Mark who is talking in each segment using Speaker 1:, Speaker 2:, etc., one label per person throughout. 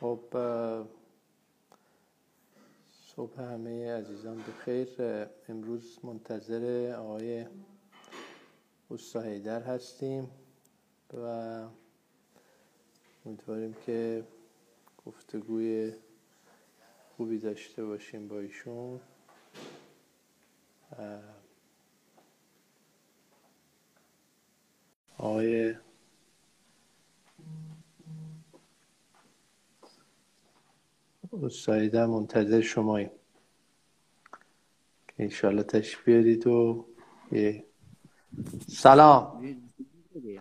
Speaker 1: خب صبح همه عزیزان بخیر امروز منتظر آقای اوستا هیدر هستیم و امیدواریم که گفتگوی خوبی داشته باشیم با ایشون آقای استایده منتظر شماییم که انشالله تشریف بیارید و یه- سلام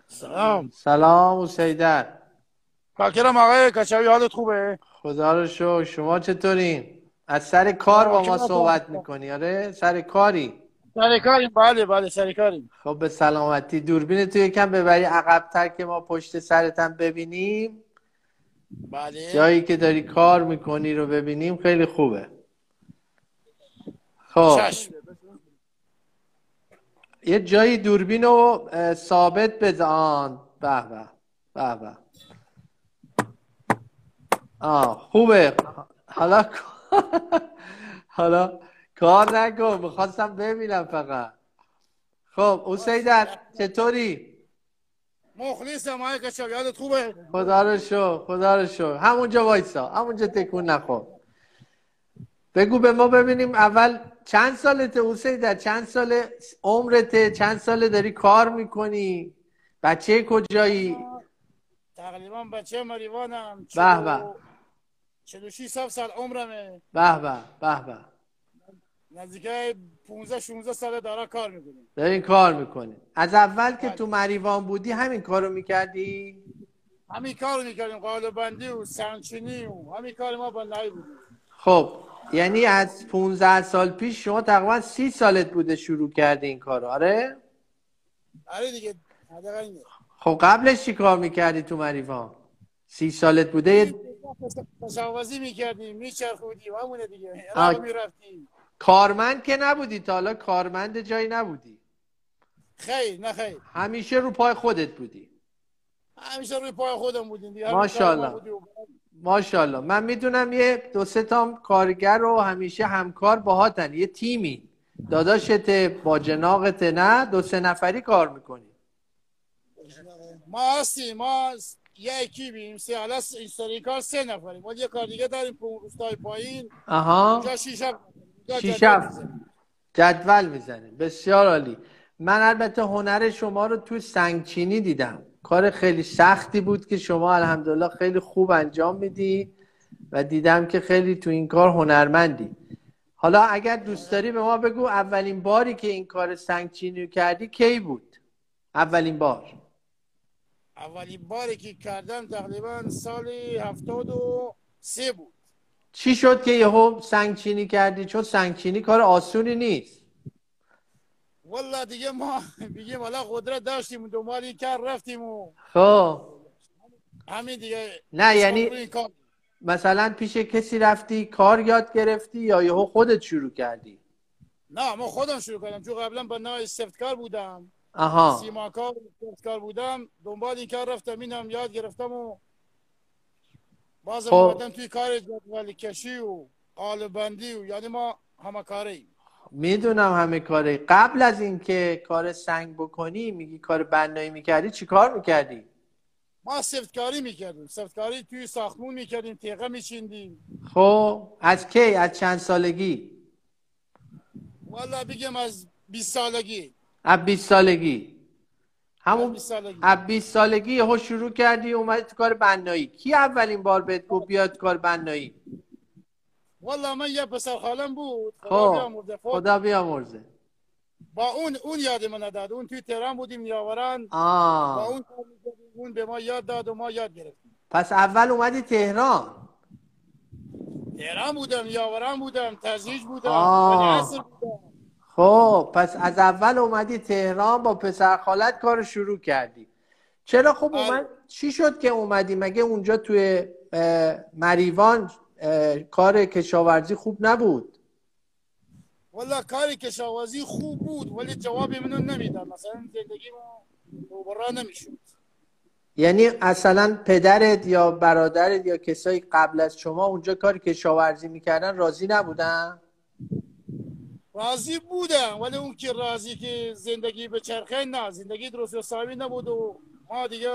Speaker 2: سلام
Speaker 1: سلام حسیدر
Speaker 2: باکرم آقای کچوی حالت خوبه
Speaker 1: خدا رو شکر شما چطورین از سر کار با ما
Speaker 2: چقدر
Speaker 1: صحبت
Speaker 2: خوب.
Speaker 1: میکنی آره سر کاری
Speaker 2: سر کاریم بله بله سر کاریم
Speaker 1: خب به سلامتی دوربین تو یکم ببری عقبتر که ما پشت سرت هم ببینیم
Speaker 2: بله
Speaker 1: جایی که داری کار میکنی رو ببینیم خیلی خوبه خب
Speaker 2: چشم
Speaker 1: یه جایی دوربین رو اه، ثابت بزن به به به به آه خوبه حالا حالا کار نکن میخواستم ببینم فقط خب اسیدر چطوری
Speaker 2: مخلصم آقای کچوی حالت خوبه
Speaker 1: خدا رو شو خدا رو شو همونجا وایسا همونجا تکون نخور بگو به ما ببینیم اول چند سالته حسین چند سال عمرته چند ساله داری کار میکنی بچه کجایی
Speaker 2: تقریبا بچه مریوانم
Speaker 1: به به.
Speaker 2: 46 هفت سال عمرمه
Speaker 1: به به به به
Speaker 2: نزدیکه 15 16 ساله داره کار میکنیم
Speaker 1: داری کار میکنی از اول که تو مریوان بودی همین کارو میکردی
Speaker 2: همین کار میکردیم قالب بندی و سنچینی و همین کار ما بندهی بودیم
Speaker 1: خب یعنی از 15 سال پیش شما تقریبا سی سالت بوده شروع کردی این کار آره
Speaker 2: آره دیگه حداقل اینه.
Speaker 1: خب قبلش چی کار میکردی تو مریوان سی سالت بوده یه
Speaker 2: کشاورزی میکردیم میچرخودیم همونه دیگه
Speaker 1: آه.
Speaker 2: راه میرفتیم
Speaker 1: کارمند که نبودی تا حالا کارمند جایی نبودی
Speaker 2: خیر نه خیر
Speaker 1: همیشه رو پای خودت بودی
Speaker 2: همیشه روی پای خودم بودیم دیگه
Speaker 1: ماشاءالله.
Speaker 2: همین کار ما بودی و-
Speaker 1: ماشاءالله من میدونم یه دو سه تا کارگر رو همیشه همکار باهاتن یه تیمی داداشت با جناقت نه دو سه نفری کار میکنی
Speaker 2: ما هستیم ما یه اکیبیم سه حالا س- این سری کار سه نفریم ما یه کار دیگه داریم تو اون روستای پایین
Speaker 1: آها
Speaker 2: اونجا شیشب
Speaker 1: شیش هفت. جدول میزنه بسیار عالی من البته هنر شما رو توی سنگچینی دیدم کار خیلی سختی بود که شما الحمدلله خیلی خوب انجام میدی و دیدم که خیلی تو این کار هنرمندی حالا اگر دوست داری به ما بگو اولین باری که این کار سنگچینی رو کردی کی بود اولین بار
Speaker 2: اولین باری که کردم تقریبا سال هفتاد و سه بود
Speaker 1: چی شد که یهو سنگچینی کردی چون سنگچینی کار آسونی نیست
Speaker 2: والله دیگه ما بگیم حالا قدرت داشتیم و دنبال این کار رفتیم و
Speaker 1: خب
Speaker 2: همین دیگه
Speaker 1: نه
Speaker 2: عشقم
Speaker 1: یعنی
Speaker 2: روی این کار بود.
Speaker 1: مثلا پیش کسی رفتی کار یاد گرفتی یا یهو خودت شروع کردی
Speaker 2: نه ما خودم شروع کردم چون قبلا با نای سفتکار بودم
Speaker 1: آها
Speaker 2: سیماکار کار بودم دنبال این کار رفتم اینم یاد گرفتم و بازم
Speaker 1: خب.
Speaker 2: اومدم توی کار جدول کشی و قالب بندی و یعنی ما همه کاره ایم
Speaker 1: میدونم همه کاره قبل از اینکه کار سنگ بکنی میگی کار بنایی میکردی چی کار میکردی
Speaker 2: ما سفتکاری میکردیم سفتکاری توی ساختمون میکردیم تیغه میچیندیم
Speaker 1: خب از کی از چند سالگی
Speaker 2: والا بگم از 20 سالگی
Speaker 1: از 20 سالگی
Speaker 2: از
Speaker 1: همون
Speaker 2: 20 سالگی
Speaker 1: از 20 سالگی یهو شروع کردی اومدی تو کار بنایی کی اولین بار بهت گفت بیاد کار بنایی
Speaker 2: والا من یه پسر خالم بود خدا
Speaker 1: خب
Speaker 2: بیامرده خود
Speaker 1: خدا بیامرزه
Speaker 2: با اون اون یاد من نداد اون توی تهران بودیم یاوران با
Speaker 1: آه
Speaker 2: اون کار می‌کردیم. اون به ما یاد داد و ما یاد گرفتیم
Speaker 1: پس اول اومدی تهران
Speaker 2: تهران بودم یاوران بودم تزیج بودم
Speaker 1: آه.
Speaker 2: ولی عصر بودم
Speaker 1: خب پس از اول اومدی تهران با پسر خالت کار رو شروع کردی چرا خب
Speaker 2: بله.
Speaker 1: اومد چی شد که اومدی مگه اونجا توی اه، مریوان اه، کار کشاورزی خوب نبود
Speaker 2: والا کاری کشاورزی خوب بود ولی جواب منو نمیداد مثلا زندگی ما روبرا نمیشد
Speaker 1: یعنی اصلا پدرت یا برادرت یا کسایی قبل از شما اونجا کار کشاورزی میکردن راضی نبودن
Speaker 2: راضی بودم ولی اون که راضی که زندگی به چرخه نه زندگی درست حسابی نبود و ما دیگه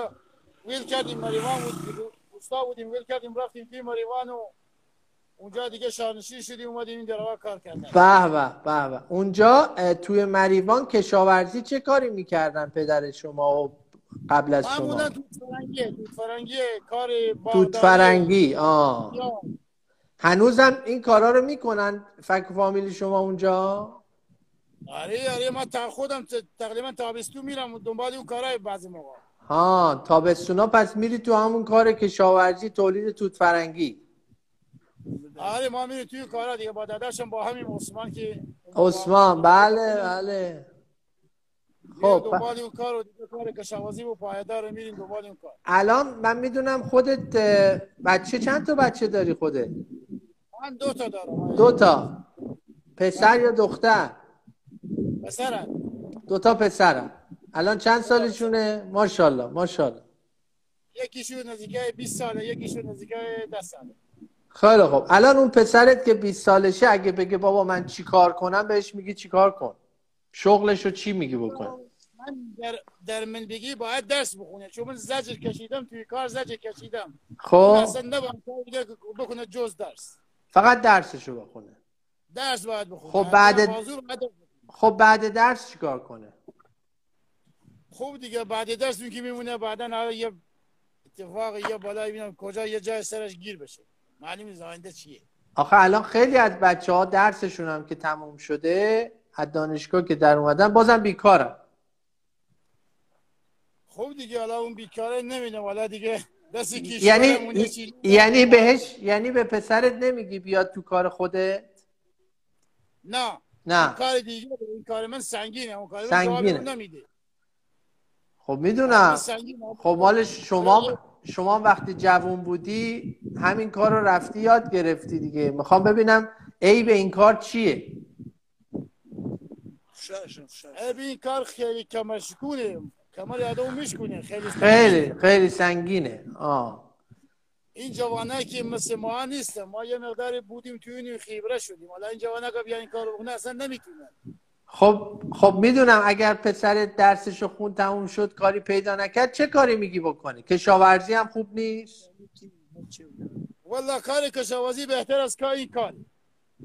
Speaker 2: ویل کردیم مریوان بود روستا بودیم ویل کردیم رفتیم توی مریوان و اونجا دیگه شانشی شدیم اومدیم این دروا کار کردن
Speaker 1: به به به به بله، اونجا اه، توی مریوان کشاورزی چه کاری میکردن پدر شما و قبل از
Speaker 2: معمولا
Speaker 1: شما
Speaker 2: توت فرنگیه توت فرنگی کار بارداری
Speaker 1: توت فرنگی آه
Speaker 2: یا
Speaker 1: هنوزم این کارا رو میکنن فک فامیلی شما اونجا
Speaker 2: آره آره من تا خودم ت- تقریبا تابستون میرم و دنبال اون کارهای بعضی موقع
Speaker 1: ها تابستونا پس میری تو همون کار کشاورزی تولید توت فرنگی
Speaker 2: آره ما میریم توی کارا دیگه با داداشم با همین عثمان که
Speaker 1: عثمان بله بله
Speaker 2: خب
Speaker 1: خب،
Speaker 2: دنبال اون کار و دیگه کار کشاورزی و پایدار رو میریم دنبال اون کار
Speaker 1: الان من میدونم خودت اه، بچه چند تا بچه داری خودت
Speaker 2: من دو تا دارم
Speaker 1: دو تا پسر یا دختر
Speaker 2: پسرم
Speaker 1: دو تا پسرم الان چند سالشونه ماشاءالله ماشاءالله
Speaker 2: یکیشون نزدیکه 20 ساله یکیشون نزدیکه 10 ساله
Speaker 1: خیلی خب الان اون پسرت که 20 سالشه اگه بگه بابا من چی کار کنم بهش میگی چی کار کن شغلشو چی میگی بکن
Speaker 2: من در, در من بگی باید درس بخونه چون من زجر کشیدم توی کار زجر کشیدم من
Speaker 1: خب
Speaker 2: اصلا نباید کار دیگه بکنه جز درس
Speaker 1: فقط درسشو بخونه
Speaker 2: درس باید بخونه
Speaker 1: خب، بعد-
Speaker 2: هر موضوع باید بخونه.
Speaker 1: خب بعد درس چیکار کنه
Speaker 2: خب دیگه بعد درس اون که میمونه بعدا حالا یه اتفاق یه بالا ببینم کجا یه جای سرش گیر بشه معلوم نیست آینده چیه
Speaker 1: آخه الان خیلی از بچه ها درسشون هم که تموم شده از دانشگاه که در اومدن بازم بیکارن
Speaker 2: خب دیگه حالا اون بیکاره نمیدونم حالا دیگه دست
Speaker 1: یعنی
Speaker 2: کشورم اون یه چیزی
Speaker 1: یعنی بهش یعنی به پسرت نمیگی بیاد تو کار خودت
Speaker 2: نه
Speaker 1: نه
Speaker 2: اون کار دیگه این کار من سنگینه اون کار من
Speaker 1: سنگینه.
Speaker 2: جواب اون نمیده
Speaker 1: خب
Speaker 2: من
Speaker 1: میدونم
Speaker 2: سنگینه
Speaker 1: خب مال شما شما وقتی جوون بودی همین کار رو رفتی یاد گرفتی دیگه میخوام ببینم عیب این کار چیه
Speaker 2: عیب این خب، کار خیلی کمرشکونه کمر آدمو میشکونه خیلی سنگینه.
Speaker 1: خیلی خیلی سنگینه آه
Speaker 2: این جوانه که مثل ما نیستن ما یه مقدار بودیم توی اون خیبره شدیم حالا این جوانه که بیان این کارو بکنه اصلا نمیتونن
Speaker 1: خب خب میدونم اگر پسرت درسش رو خون تموم شد کاری پیدا نکرد چه کاری میگی بکنه کشاورزی هم خوب نیست
Speaker 2: والله کار کشاورزی بهتر از کار این کار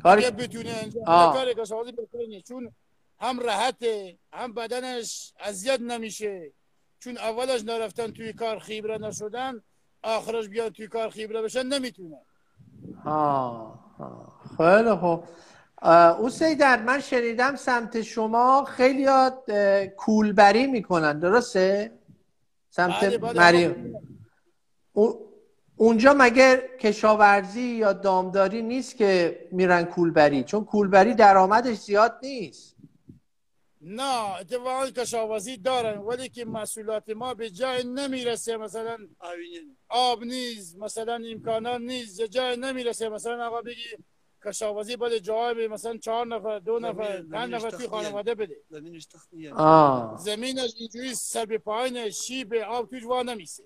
Speaker 1: کاری
Speaker 2: اگه بتونه انجام
Speaker 1: آره. آه.
Speaker 2: بده، کار کشاورزی بهتر نیست چون هم راحته هم بدنش اذیت نمیشه چون اولش نرفتن توی کار خیبره نشدن آخرش بیان توی کار خیبره بشن نمیتونن
Speaker 1: آه، آه. خیلی خوب اه، او سیدر من شنیدم سمت شما خیلی کولبری میکنن درسته؟ سمت
Speaker 2: بله، بله.
Speaker 1: مریم او- اونجا مگه کشاورزی یا دامداری نیست که میرن کولبری چون کولبری درآمدش زیاد نیست
Speaker 2: نه اتفاقا کشاورزی دارن ولی که محصولات ما به جای نمیرسه مثلا آب نیست مثلا امکانات نیست یه جای نمیرسه مثلا آقا بگی کشاورزی باید جای به مثلا چهار نفر دو نفر
Speaker 3: زمین-
Speaker 2: پنج
Speaker 3: زمینش
Speaker 2: نفر توی
Speaker 3: تخلیه.
Speaker 2: خانواده بده
Speaker 3: زمینش تخلیه
Speaker 1: آه
Speaker 2: زمینش اینجوری سر به پایین شیب آب توش وا نمیسه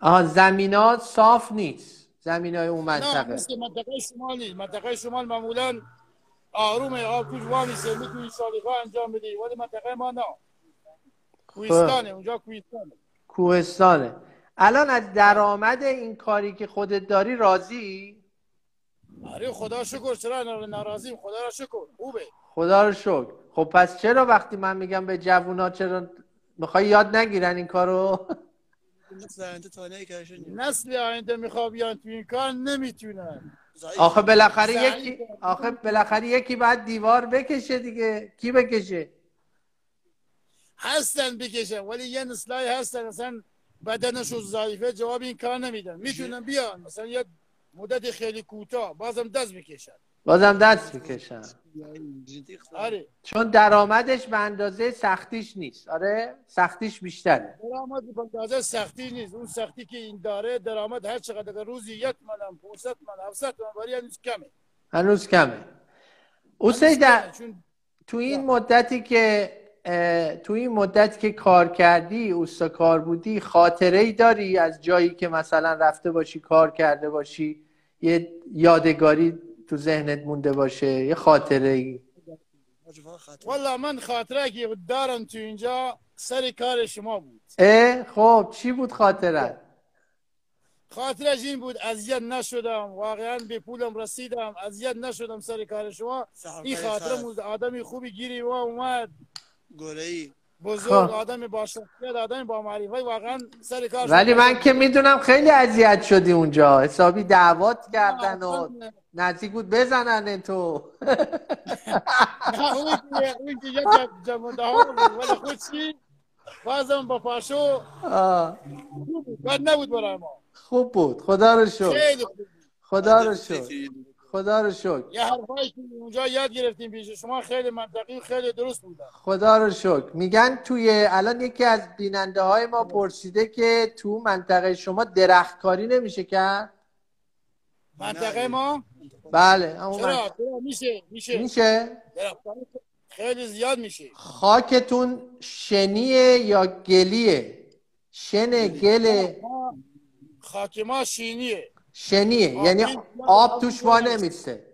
Speaker 1: آه زمینا صاف نیست زمینای اون
Speaker 2: نه
Speaker 1: منطقه
Speaker 2: مثل منطقه شمال نیست منطقه شمال معمولا آروم آب توش وا میسه میتونی سالیگاه انجام بدی ولی منطقه ما نه
Speaker 3: خب.
Speaker 2: کوهستانه اونجا کوهستانه
Speaker 1: کوهستانه الان از درآمد این کاری که خودت داری راضی
Speaker 2: آره خدا شکر چرا نار- ناراضیم خدا را شکر خوبه
Speaker 1: خدا رو شکر خب پس چرا وقتی من میگم به جوونا چرا میخوای یاد نگیرن این کارو
Speaker 3: مثل آینده تانه کشن
Speaker 2: نسل آینده میخوا بیان تو این کار نمیتونن
Speaker 1: آخه بالاخره
Speaker 2: ضعیف.
Speaker 1: یکی آخه بالاخره یکی بعد دیوار بکشه دیگه کی بکشه
Speaker 2: هستن بکشن ولی یه نسلای هستن اصلا بدنشون ضعیفه جواب این کار نمیدن میتونن بیان مثلا یه مدت خیلی کوتاه بازم دست بکشن
Speaker 1: بازم دست میکشن
Speaker 2: آره
Speaker 1: چون درآمدش به اندازه سختیش نیست آره سختیش بیشتره
Speaker 2: درآمد به اندازه سختی نیست اون سختی که این داره درآمد هر چقدر که روزی یک منم 500 من 700 من برای هنوز کمه
Speaker 1: هنوز کمه او
Speaker 2: هنوز
Speaker 1: در
Speaker 2: کمه، چون
Speaker 1: تو این مدتی که اه، اه، تو این مدت که کار کردی اوستا کار بودی خاطره ای داری از جایی که مثلا رفته باشی کار کرده باشی یه یادگاری تو ذهنت مونده باشه یه خاطره ای
Speaker 3: مجموعه خاطر
Speaker 2: والله من خاطره که دارم تو اینجا سر کار شما بود
Speaker 1: اه، خب چی بود خاطرت
Speaker 2: خاطرش این بود اذیت نشدم واقعا به پولم رسیدم اذیت نشدم سر کار شما
Speaker 4: خب،
Speaker 3: سهر
Speaker 2: این
Speaker 3: کاری
Speaker 2: خاطرم
Speaker 3: سهر.
Speaker 2: از آدم خوبی گیری ما اومد
Speaker 3: گله ای
Speaker 2: بزرگ
Speaker 1: خب.
Speaker 2: آدم با شخصیت آدم با معرفت واقعا سر کار
Speaker 1: ولی
Speaker 2: شما.
Speaker 1: من که میدونم خیلی اذیت شدی اونجا حسابی دعوات کردن و
Speaker 2: نه،
Speaker 1: نزدیک بود بزنن تو
Speaker 2: اون که- اون که یک جمعده ها بود ولی خود چی بازم با پاشو
Speaker 1: آه،
Speaker 2: خوب بود بد نبود برای ما
Speaker 1: خوب بود خدا رو شکر
Speaker 2: خیلی خوب بود.
Speaker 1: خدا رو شکر خدا رو شکر
Speaker 2: یه حرفایی که اونجا یاد گرفتیم پیش شما خیلی منطقی و خیلی درست بودن
Speaker 1: خدا رو شکر میگن توی الان یکی از بیننده های ما پرسیده که تو منطقه شما درختکاری نمیشه کرد
Speaker 2: منطقه ما
Speaker 1: بله اما
Speaker 2: چرا
Speaker 1: من...
Speaker 2: چرا میشه میشه
Speaker 1: میشه
Speaker 2: درختان خیلی زیاد میشه
Speaker 1: خاکتون شنیه یا گلیه شن گل
Speaker 2: ما خاک ما شینیه
Speaker 1: شنیه
Speaker 2: آب
Speaker 1: یعنی
Speaker 2: نیست.
Speaker 1: آب توش وا نمیسته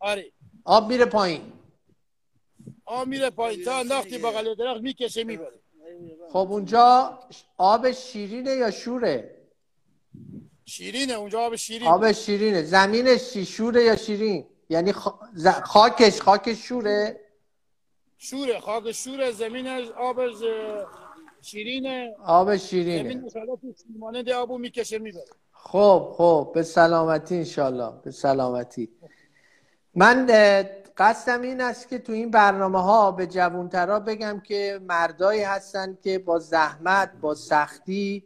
Speaker 2: آره
Speaker 1: آب میره پایین
Speaker 2: آ میره پایین تا انداختی بغل درخت میکشه میبره
Speaker 3: بله.
Speaker 1: خب اونجا آب شیرینه یا شوره
Speaker 2: شیرینه اونجا آب شیرین
Speaker 1: آب شیرینه زمینش چی شوره یا شیرین یعنی خا- ز- خاکش خاکش شوره
Speaker 2: شوره خاک شوره زمینش آبش اه، شیرینه
Speaker 1: آب شیرینه
Speaker 2: زمین انشالله تو سیمانه ده آبو میکشه میبره
Speaker 1: خب خب به سلامتی انشالله به سلامتی من اه، قصدم این است که تو این برنامه ها به جوانترا بگم که مردایی هستن که با زحمت با سختی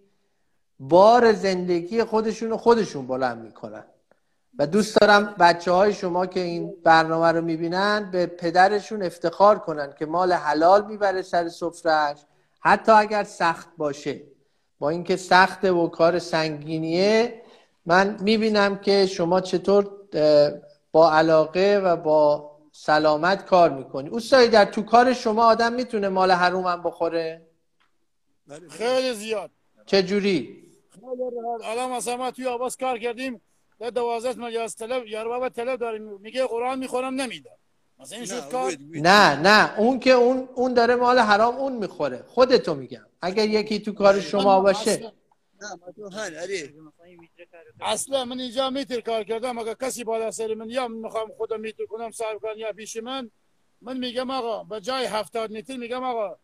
Speaker 1: بار زندگی خودشون رو خودشون بلند میکنن و دوست دارم بچه های شما که این برنامه رو میبینن به پدرشون افتخار کنن که مال حلال میبره سر سفرش حتی اگر سخت باشه با اینکه سخته و کار سنگینیه من میبینم که شما چطور اه، با علاقه و با سلامت کار میکنی اوستایی در تو کار شما آدم میتونه مال حروم هم بخوره
Speaker 3: بله،
Speaker 2: خیلی زیاد
Speaker 1: چجوری؟
Speaker 2: خیلی راحت. الان مثلا ما توی آباس کار کردیم ده دوازده مجاز طلب یاربابا طلب داریم میگه قرآن میخورم نمیده مثلا این شد کار
Speaker 1: نه نه اون که اون اون داره مال حرام اون میخوره خودتو میگم اگر یکی تو کار شما باشه
Speaker 2: اصلا-
Speaker 3: نه ما تو هن آره. علی
Speaker 2: اصلا من اینجا میتر کار کردم اگه کسی بالا سر من یا من میخوام خودم میتر کنم صاحب کن یا پیش من من میگم آقا به جای هفتاد میتر میگم آقا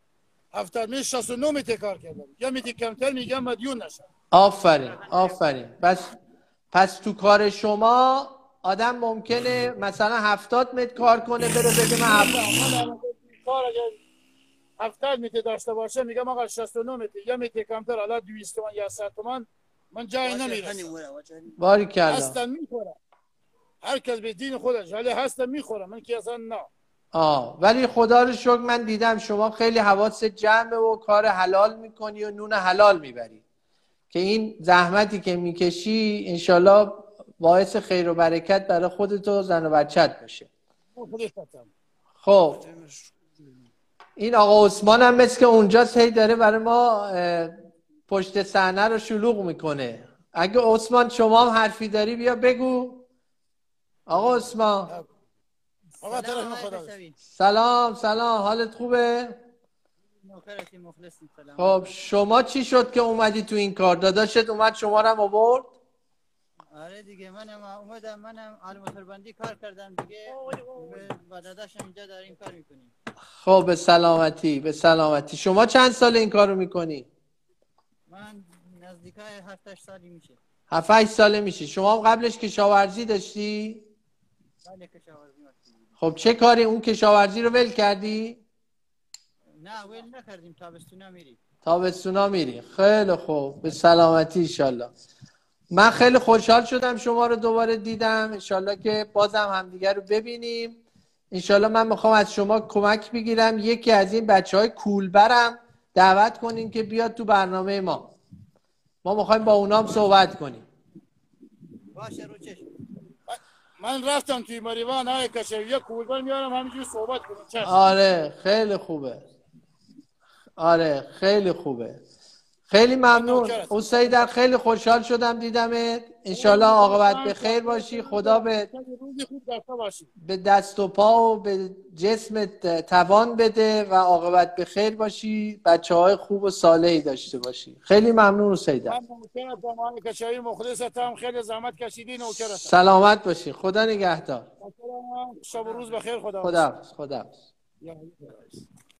Speaker 2: هفتاد میتر شست و نو میتر کار کردم یا میتر کمتر میگم مدیون نشم
Speaker 1: آفرین آفرین پس پس تو کار شما آدم ممکنه مثلا هفتاد متر کار کنه بره بگه من هفت-
Speaker 2: من الان کار اگر هفتاد میتر داشته باشه میگم آقا شست و نو میتر یا میتر کمتر حالا دویست تومن یا صد تومن من جایی
Speaker 4: یعنی
Speaker 2: نمیرسم
Speaker 1: باریکلا
Speaker 2: هستم میخورم هر کس به دین خودش ولی هستم میخورم من که اصلا نه
Speaker 1: آه ولی خدا رو شکر من دیدم شما خیلی حواست جمعه و کار حلال میکنی و نون حلال میبری که این زحمتی که میکشی انشالله باعث خیر و برکت برای خودت و زن و بچت بشه
Speaker 2: من خودش هستم
Speaker 1: خب این آقا عثمان هم مثل که اونجاست هی داره برای ما اه، پشت صحنه رو شلوغ میکنه اگه عثمان شما هم حرفی داری بیا بگو آقا عثمان
Speaker 2: آقا طرف من خدا بشه.
Speaker 1: سلام سلام حالت خوبه
Speaker 4: نوکرتی مخلصی سلام
Speaker 1: خب شما چی شد که اومدی تو این کار داداشت اومد شما رو هم آورد
Speaker 4: آره دیگه منم اومدم منم علم بندی کار کردم دیگه با داداشم اینجا داریم کار میکنیم
Speaker 1: خب به سلامتی به سلامتی شما چند سال این کارو میکنی
Speaker 4: من نزدیکای هفت هشت سالی میشه
Speaker 1: هفت هشت ساله میشی شما هم قبلش کشاورزی داشتی
Speaker 4: بله کشاورزی هستیم
Speaker 1: خب چه کاری اون کشاورزی رو ول کردی
Speaker 4: نه ول نکردیم تابستونا میری
Speaker 1: تابستونا میری خیلی خوب به سلامتی ایشالله من خیلی خوشحال شدم شما رو دوباره دیدم انشالله که بازم همدیگه رو ببینیم انشالله من میخوام از شما کمک بگیرم یکی از این بچه های کولبرم دعوت کنین که بیاد تو برنامه ما ما میخوایم با اونام صحبت کنیم
Speaker 4: باشه رو چشم
Speaker 2: من رفتم توی مریوان های کشوی یک کولبر میارم همینجور صحبت کنیم چشم
Speaker 1: آره خیلی خوبه آره خیلی خوبه خیلی ممنون
Speaker 2: نوکرت.
Speaker 1: حسین در خیلی خوشحال شدم دیدمت انشالله عاقبت به خیر باشی خدا به
Speaker 2: روزی خوب داشته باشی
Speaker 1: به دست و پا و به جسمت توان بده و عاقبت به خیر باشی بچه های خوب و صالحی داشته باشی خیلی ممنون حسین
Speaker 2: من نوکرتم آقای کچایی مخلصتم خیلی زحمت کشیدی نوکرتم
Speaker 1: سلامت باشی خدا نگهدار
Speaker 2: شب و روز بخیر خدا
Speaker 1: خدا خدا
Speaker 2: خدا